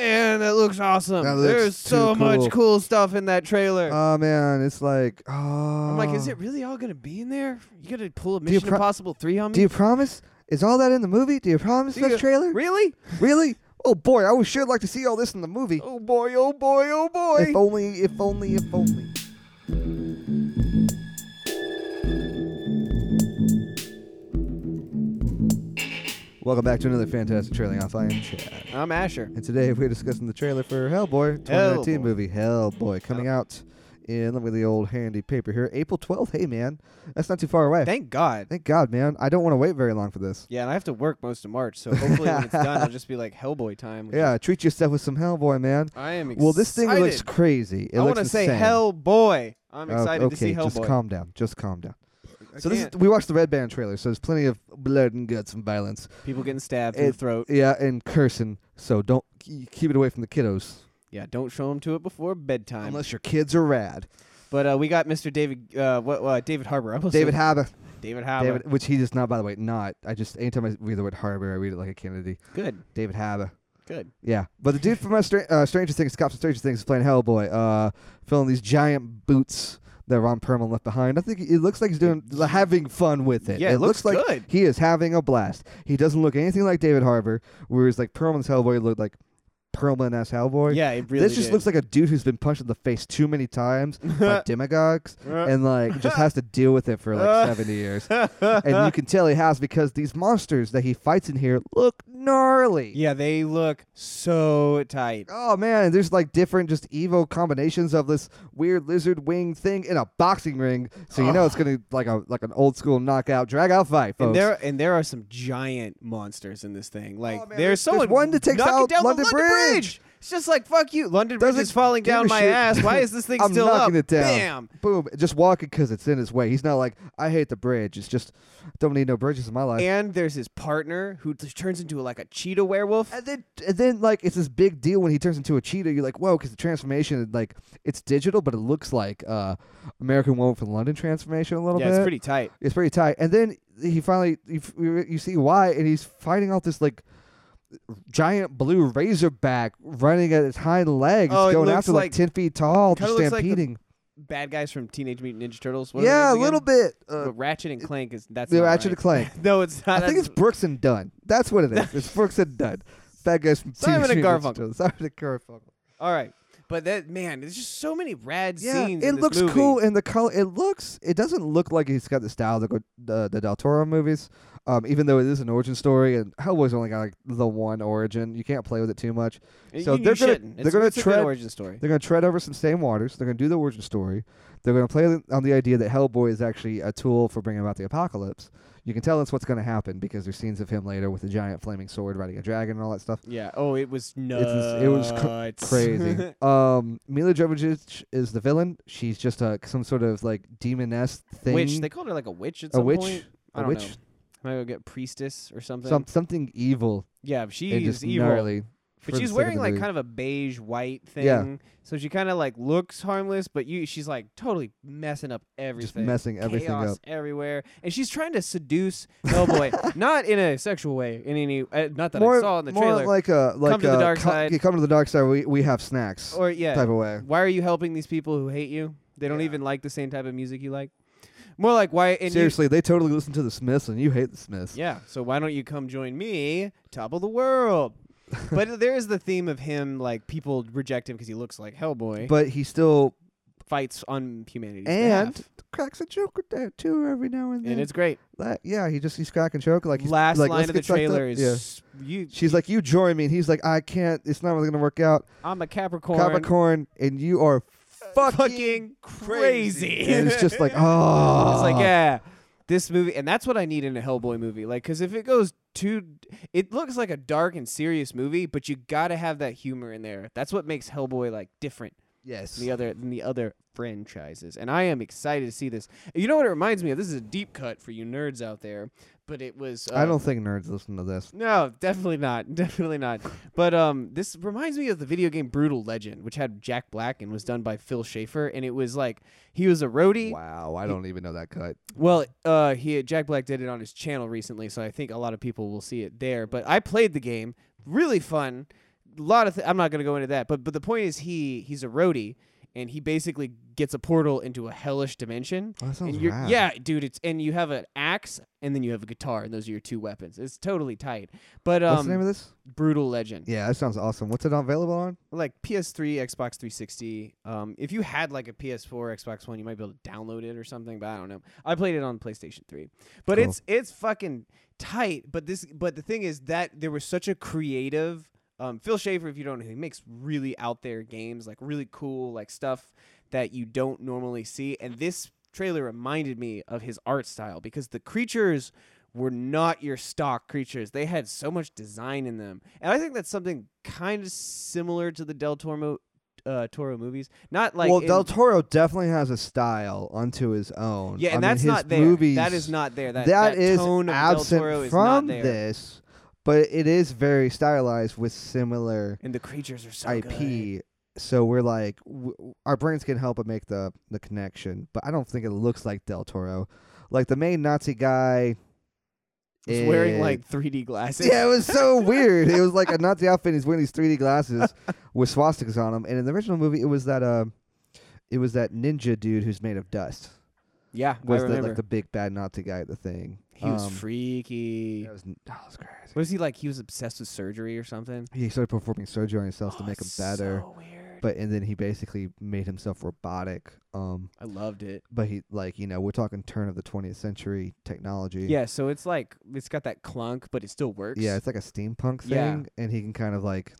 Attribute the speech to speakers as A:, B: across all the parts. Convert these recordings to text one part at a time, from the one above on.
A: looks awesome.
B: That looks
A: There's so
B: too
A: much
B: cool.
A: cool stuff in that trailer.
B: Oh man, it's like oh. I'm
A: I'm like, is it really all gonna be in there? You gonna pull a
B: you
A: Mission
B: pro-
A: Impossible three on me?
B: Do you promise? Is all that in the movie? Do you promise
A: Do you-
B: this trailer?
A: Really?
B: really? Oh boy, I would sure like to see all this in the movie.
A: Oh boy! Oh boy! Oh boy!
B: If only, if only, if only. Welcome back to another fantastic trailing off. I am Chad.
A: I'm Asher.
B: And today we're discussing the trailer for Hellboy 2019
A: Hellboy.
B: movie Hellboy coming out in let me get the old handy paper here April 12th. Hey man, that's not too far away.
A: Thank God.
B: Thank God, man. I don't want to wait very long for this.
A: Yeah, and I have to work most of March, so hopefully when it's done, it'll just be like Hellboy time. which
B: Yeah,
A: is-
B: treat yourself with some Hellboy, man.
A: I am. Excited.
B: Well, this thing looks crazy. It
A: I
B: looks
A: wanna say
B: insane.
A: Hellboy. I'm
B: Oh,
A: excited
B: okay,
A: to see Hellboy.
B: just calm down. Just calm down.
A: I
B: So this is,
A: can't.
B: we watched the Red Band trailer. So there's plenty of blood and guts and violence.
A: people getting stabbed in the
B: It-
A: throat.
B: Yeah, and cursing. So don't k- keep it away from the kiddos
A: Yeah, don't show them to it before bedtime.
B: unless your kids are rad.
A: but uh, we got Mr. David. Uh, what? Uh, David Harbor. I almost
B: David
A: said
B: Habba.
A: David Harbor.
B: David, which he does not. By the way, not. I just anytime I read the word harbor, I read it like a Kennedy.
A: Good.
B: David Habba.
A: Good.
B: Yeah, but the dude from uh, Stra- uh, Stranger Things, Cops and Stranger Things, is playing Hellboy, uh, filling these giant boots that Ron Perlman left behind. I think it looks like he's doing having fun with it.
A: Yeah, it
B: looks,
A: looks
B: like
A: good.
B: he is having a blast. He doesn't look anything like David Harbour, whereas like Perlman's Hellboy looked like Perlman as Hellboy.
A: Yeah, it really.
B: this just
A: did.
B: looks like a dude who's been punched in the face too many times by demagogues and like just has to deal with it for like 70 years. And you can tell he has because these monsters that he fights in here look gnarly.
A: Yeah, they look so tight.
B: Oh man, there's like different just evil combinations of this weird lizard wing thing in a boxing ring. So you know it's gonna like a like an old school knockout drag out fight, folks. Oh,
A: And there and there are some giant monsters in this thing. Like
B: man,
A: there's
B: there's-
A: someone
B: there's one that takes
A: knocking
B: out
A: down
B: London
A: the London Bridge.
B: Bridge.
A: It's just like fuck you. London Bridge
B: Doesn't
A: is falling
B: give a
A: down my
B: shit.
A: ass. Why is this thing
B: I'm
A: still
B: knocking
A: up?
B: it down.
A: Bam.
B: Boom! Just walking because it's in his way. He's not like I hate the bridge. It's just don't need no bridges in my life.
A: And there's his partner who t- turns into like a cheetah werewolf.
B: And then, and then, like, it's this big deal when he turns into a cheetah. You're like, whoa, because the transformation, like, it's digital, but it looks like uh, American Woman from London transformation a little
A: Yeah,
B: bit.
A: it's pretty tight.
B: It's pretty tight. And then he finally, you, f- you you see why, and he's fighting off this like giant blue razorback running at his hind legs,
A: Oh, it
B: going
A: looks
B: after like,
A: like-
B: ten feet tall,
A: kinda
B: just
A: looks like the-
B: stampeding.
A: Bad guys from Teenage Mutant Ninja Turtles. What are their
B: yeah,
A: names
B: a
A: again?
B: little bit. Uh,
A: But Ratchet and Clank is that's
B: the
A: not
B: Ratchet
A: right.
B: and Clank.
A: no, it's
B: I
A: not.
B: think it's
A: That's-
B: Brooks and Dunn. That's what it is. It's Brooks and Dunn. Bad guys from
A: Simon
B: Teenage
A: and
B: Mutant Ninja Turtles. Simon and Garfunkel.
A: all right. But that man, there's just so many rad
B: Yeah,
A: scenes.
B: it
A: in this
B: looks
A: movie.
B: cool, and the color. It looks. It doesn't look like he's got the style that go, the the Del Toro movies. Um, even though it is an origin story, and Hellboy's only got like the one origin, you can't play with it too much.
A: You-
B: So
A: you
B: they're gonna
A: shouldn't.
B: they're
A: It's-
B: gonna
A: it's a good
B: tread
A: origin story.
B: they're gonna tread over some same waters. They're gonna do the origin story. They're gonna play on the idea that Hellboy is actually a tool for bringing about the apocalypse. You can tell that's what's gonna happen because there's scenes of him later with a giant flaming sword riding a dragon and all that stuff.
A: Yeah. Oh, it was nuts.
B: It's, it was cr- crazy. um, Mila Jovovich is the villain. She's just a some sort of like demoness thing.
A: witch. They called her like a witch at
B: a
A: some
B: witch,
A: point. I
B: a
A: don't
B: witch,
A: know. I go get priestess or something.
B: some something evil
A: yeah, she's
B: and just
A: evil.
B: gnarly.
A: but she's wearing like kind of a beige white thing.
B: Yeah.
A: So she kind of like looks harmless, but you she's like totally messing up
B: just
A: everything.
B: messing everything
A: Chaos
B: up.
A: everywhere, and she's trying to seduce Hellboy, not in a sexual way, in any uh, not that I saw in the
B: more
A: trailer,
B: like a like
A: to the
B: a
A: dark
B: co-
A: side.
B: yeah, come to the dark side. We we have snacks
A: or yeah,
B: type of way.
A: why are you helping these people who hate you? They don't even like the same type of music you like. More like why? And you-
B: Seriously, they totally listen to the Smiths, and you hate the Smiths.
A: yeah. So why don't you come join me, top of the world? but there is the theme of him like people reject him because he looks like Hellboy,
B: But he still
A: fights on humanity's
B: and
A: behalf,
B: cracks a joke with that too every now and then.
A: and it's great.
B: Like, yeah, he just he's cracking joke like he's,
A: Last
B: like,
A: line
B: let's
A: of the
B: get psyched up.
A: trailer is
B: yeah.
A: s- you.
B: She's like, you join me, and he's like, I can't. It's not really gonna work out.
A: I'm a Capricorn.
B: Capricorn, and you are fucking,
A: Fucking crazy.
B: and it's just like, oh,
A: It's like, yeah, this movie, and that's what I need in a Hellboy movie. Like, because if it goes too, it looks like a dark and serious movie, but you gotta have that humor in there. That's what makes Hellboy like different
B: yes,
A: than the other than the other franchises. And I am excited to see this. You know what it reminds me of? This is a deep cut for you nerds out there, but it was. Uh,
B: I don't think nerds listen to this.
A: No, definitely not. Definitely not. But um, this reminds me of the video game Brutal Legend, which had Jack Black and was done by Phil Schaefer, and it was like he was a roadie.
B: Wow, I don't even know that cut.
A: Well, uh, he Jack Black did it on his channel recently, so I think a lot of people will see it there. But I played the game, really fun. lot of th- I'm not going to go into that, but but the point is he he's a roadie and he basically gets a portal into a hellish dimension.
B: Oh, that sounds
A: and you're,
B: rad.
A: yeah, dude, it's and you have an axe and then you have a guitar and those are your two weapons. It's totally tight. But um
B: What's the name of this?
A: Brutal Legend.
B: Yeah, that sounds awesome. What's it available on?
A: Like PS3, Xbox 360. Um if you had like a PS4, Xbox 1, you might be able to download it or something, but I don't know. I played it on PlayStation 3. But
B: Cool.
A: it's it's fucking tight, but this but the thing is that there was such a creative um, Phil Schaefer, if you don't know, he makes really out there games, like really cool, like stuff that you don't normally see. And this trailer reminded me of his art style because the creatures were not your stock creatures. They had so much design in them, and I think that's something kind of similar to the Del Toro, uh, Toro movies. Not like
B: well,
A: in-
B: Del Toro definitely has a style unto his own.
A: yeah,
B: I mean,
A: and that's
B: his
A: not there.
B: Movies,
A: that is not there. That,
B: that is
A: tone of
B: absent
A: Del Toro is
B: from
A: not there.
B: this, but it is very stylized with similar
A: And the creatures are so good.
B: IP. So we're like, w- our brains can help but make the the connection. But I don't think it looks like Del Toro. Like the main Nazi guy.
A: He's wearing
B: is-
A: like 3D glasses.
B: Yeah, it was so weird. It was like a Nazi outfit. And he's wearing these 3D glasses with swastikas on them. And in the original movie, it was that uh, it was that ninja dude who's made of dust.
A: yeah, I
B: Was the,
A: remember.
B: like the big bad Nazi guy at the thing?
A: He was
B: Um,
A: freaky.
B: That was, oh, that was crazy.
A: Was he like he was obsessed with surgery or something?
B: He started performing surgery on himself to
A: Oh,
B: make him
A: it's
B: better,
A: So weird.
B: but and then he basically made himself robotic. Um,
A: I loved it.
B: but he like you know we're talking turn of the 20th century technology.
A: Yeah, so it's like it's got that clunk, but it still works.
B: yeah, it's like a steampunk thing,
A: Yeah.
B: and he can kind of like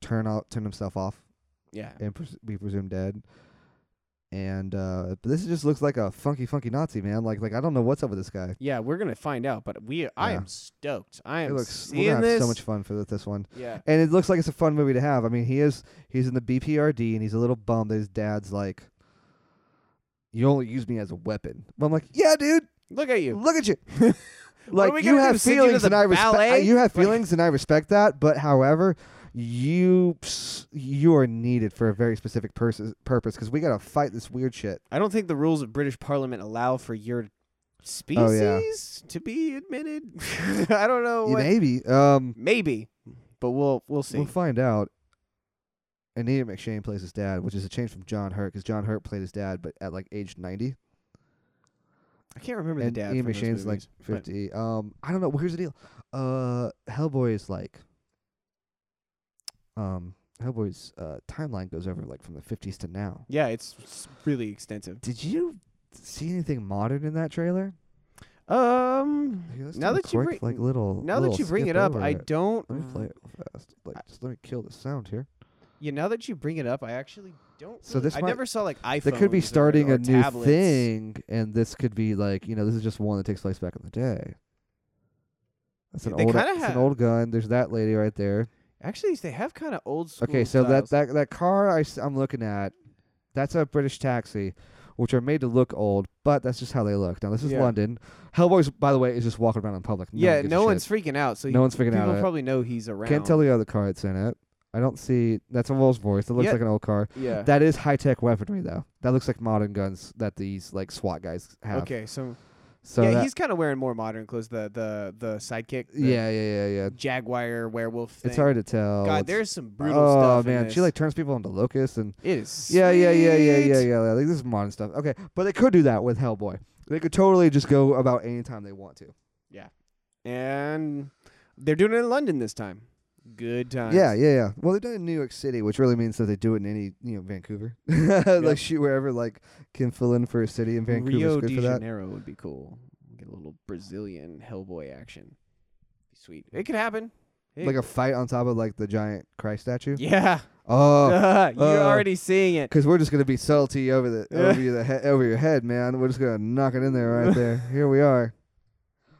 B: turn out turn himself off
A: yeah.
B: and pres- be presumed dead. And uh, but this just looks like a funky, funky Nazi man. Like, like I don't know what's up with this guy.
A: Yeah, we're gonna find out, but we I
B: Yeah.
A: am stoked. I
B: It
A: am
B: looks we're
A: seeing
B: gonna have
A: this.
B: so much fun for th- this one.
A: yeah,
B: and it looks like it's a fun movie to have. I mean, he is he's in the BPRD and he's a little bummed that his dad's like, "You only use me as a weapon." But I'm like, "Yeah, dude,
A: look at you.
B: look at you."
A: What are
B: like
A: we
B: you
A: gonna do,
B: have
A: send you to
B: feelings,
A: the
B: and I
A: ballet?
B: respect. You have
A: Like-
B: feelings, and I respect that. But however, you s- you are needed for a very specific pers- purpose because we gotta fight this weird shit.
A: I don't think the rules of British Parliament allow for your species
B: Oh, yeah.
A: to be admitted. I don't know. What,
B: Maybe um,
A: maybe, but we'll we'll see.
B: we'll find out. And Ian McShane plays his dad, which is a change from John Hurt because John Hurt played his dad, but at like age ninety.
A: I can't remember
B: and
A: the dad.
B: Ian
A: from those
B: McShane's like
A: movies, but-
B: fifty. Um, I don't know. Well, here's the deal. Uh, Hellboy is like, um, Hellboy's uh timeline goes over like from the fifties to now.
A: Yeah, it's s- really extensive.
B: Did you see anything modern in that trailer?
A: Um,
B: Here, let's do
A: now
B: a
A: that you
B: quick,
A: bring
B: like little
A: now that
B: little
A: you bring
B: skip
A: it up,
B: over
A: I don't.
B: Let me play it real fast. Like, just let me kill the sound here.
A: Yeah, now that you bring it up, I actually don't.
B: So
A: really-
B: this
A: I
B: might-
A: never saw like iPhones.
B: They could
A: or-
B: be starting
A: uh, or
B: a new
A: tablets.
B: thing, and this could be like you know this is just one that takes place back in the day. That's an
A: They
B: old.
A: kinda
B: That's an
A: have-
B: old gun. There's that lady right there.
A: Actually, they have kind of old school.
B: Okay, so that,
A: styles.
B: that that car I, am looking at, that's a British taxi, which are made to look old, but that's just how they look. Now this is
A: Yeah.
B: London. Hellboy's, by the way, is just walking around in public. No one
A: yeah,
B: gives a
A: no
B: shit.
A: one's freaking out. So
B: no one's freaking
A: people
B: out. at it.
A: probably know he's around.
B: Can't tell the other car that's in it. I don't see. That's a Rolls Royce. It looks
A: Yeah.
B: like an old car.
A: Yeah.
B: That is high tech weaponry though. That looks like modern guns that these like SWAT guys have.
A: okay, so,
B: So
A: yeah,
B: that-
A: he's kind of wearing more modern clothes. The the the sidekick. the
B: yeah, yeah, yeah, yeah.
A: Jaguar werewolf. Thing.
B: It's hard to tell.
A: God,
B: It's-
A: there's some brutal
B: oh,
A: stuff. in
B: man, she
A: this.
B: like turns people into locusts and
A: it is.
B: Yeah, yeah, yeah, yeah, yeah,
A: sweet.
B: yeah. Like this is modern stuff. Okay, but they could do that with Hellboy. They could totally just go about any time they want to.
A: And they're doing it in London this time. Good time.
B: Yeah, yeah, yeah. Well, they've done it in New York City, which really means that they do it in any, you know, Vancouver, like shoot wherever like can fill in for a city in Vancouver's
A: Rio
B: good
A: de
B: for that.
A: Janeiro would be cool. Get a little Brazilian Hellboy action. Be sweet. It could happen. It-
B: Like a fight on top of like the giant Christ statue.
A: yeah.
B: Oh,
A: You're
B: uh,
A: already seeing it.
B: because we're just gonna be subtlety over the
A: Yeah.
B: over your he- over your head, man. We're just gonna knock it in there right there. Here we are.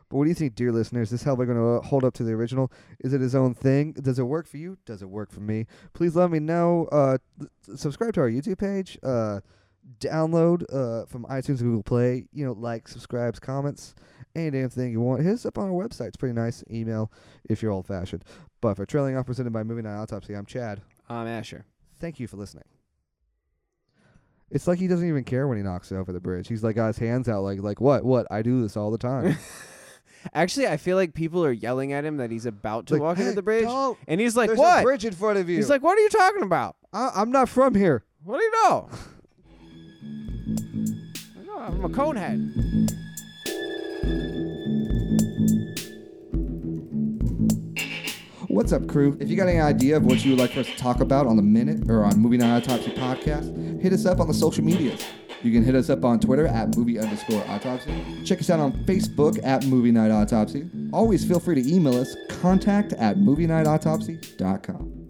B: But what do you think, dear listeners? Is Hellboy going to uh, hold up to the original? Is it his own thing? Does it work for you? Does it work for me? Please let me know. Uh, th- th- subscribe to our YouTube page. Uh, download uh, from iTunes, Google Play. You know, like, subscribes, comments, any damn thing you want. Hit us up on our website. It's pretty nice. Email if you're old fashioned. But for trailing off, presented by Movie Night Autopsy, I'm Chad.
A: I'm Asher.
B: Thank you for listening. It's like he doesn't even care when he knocks it over the bridge. He's like got his hands out, like like what what I do this all the time.
A: Actually, I feel like people are yelling at him that he's about to
B: Like,
A: walk into
B: "Hey,
A: the bridge,
B: don't.
A: and he's like,
B: There's a
A: "What?"
B: bridge in front of you.
A: He's like, "What are you talking about?
B: I- I'm not from here.
A: What do you know?" I know, I'm a conehead.
B: What's up, crew? If you got any idea of what you would like for us to talk about on the minute or on Movie Night Autopsy podcast, hit us up on the social medias. You can hit us up on Twitter at movie underscore autopsy. Check us out on Facebook at Movie Night Autopsy. Always feel free to email us contact at movienightautopsy.com.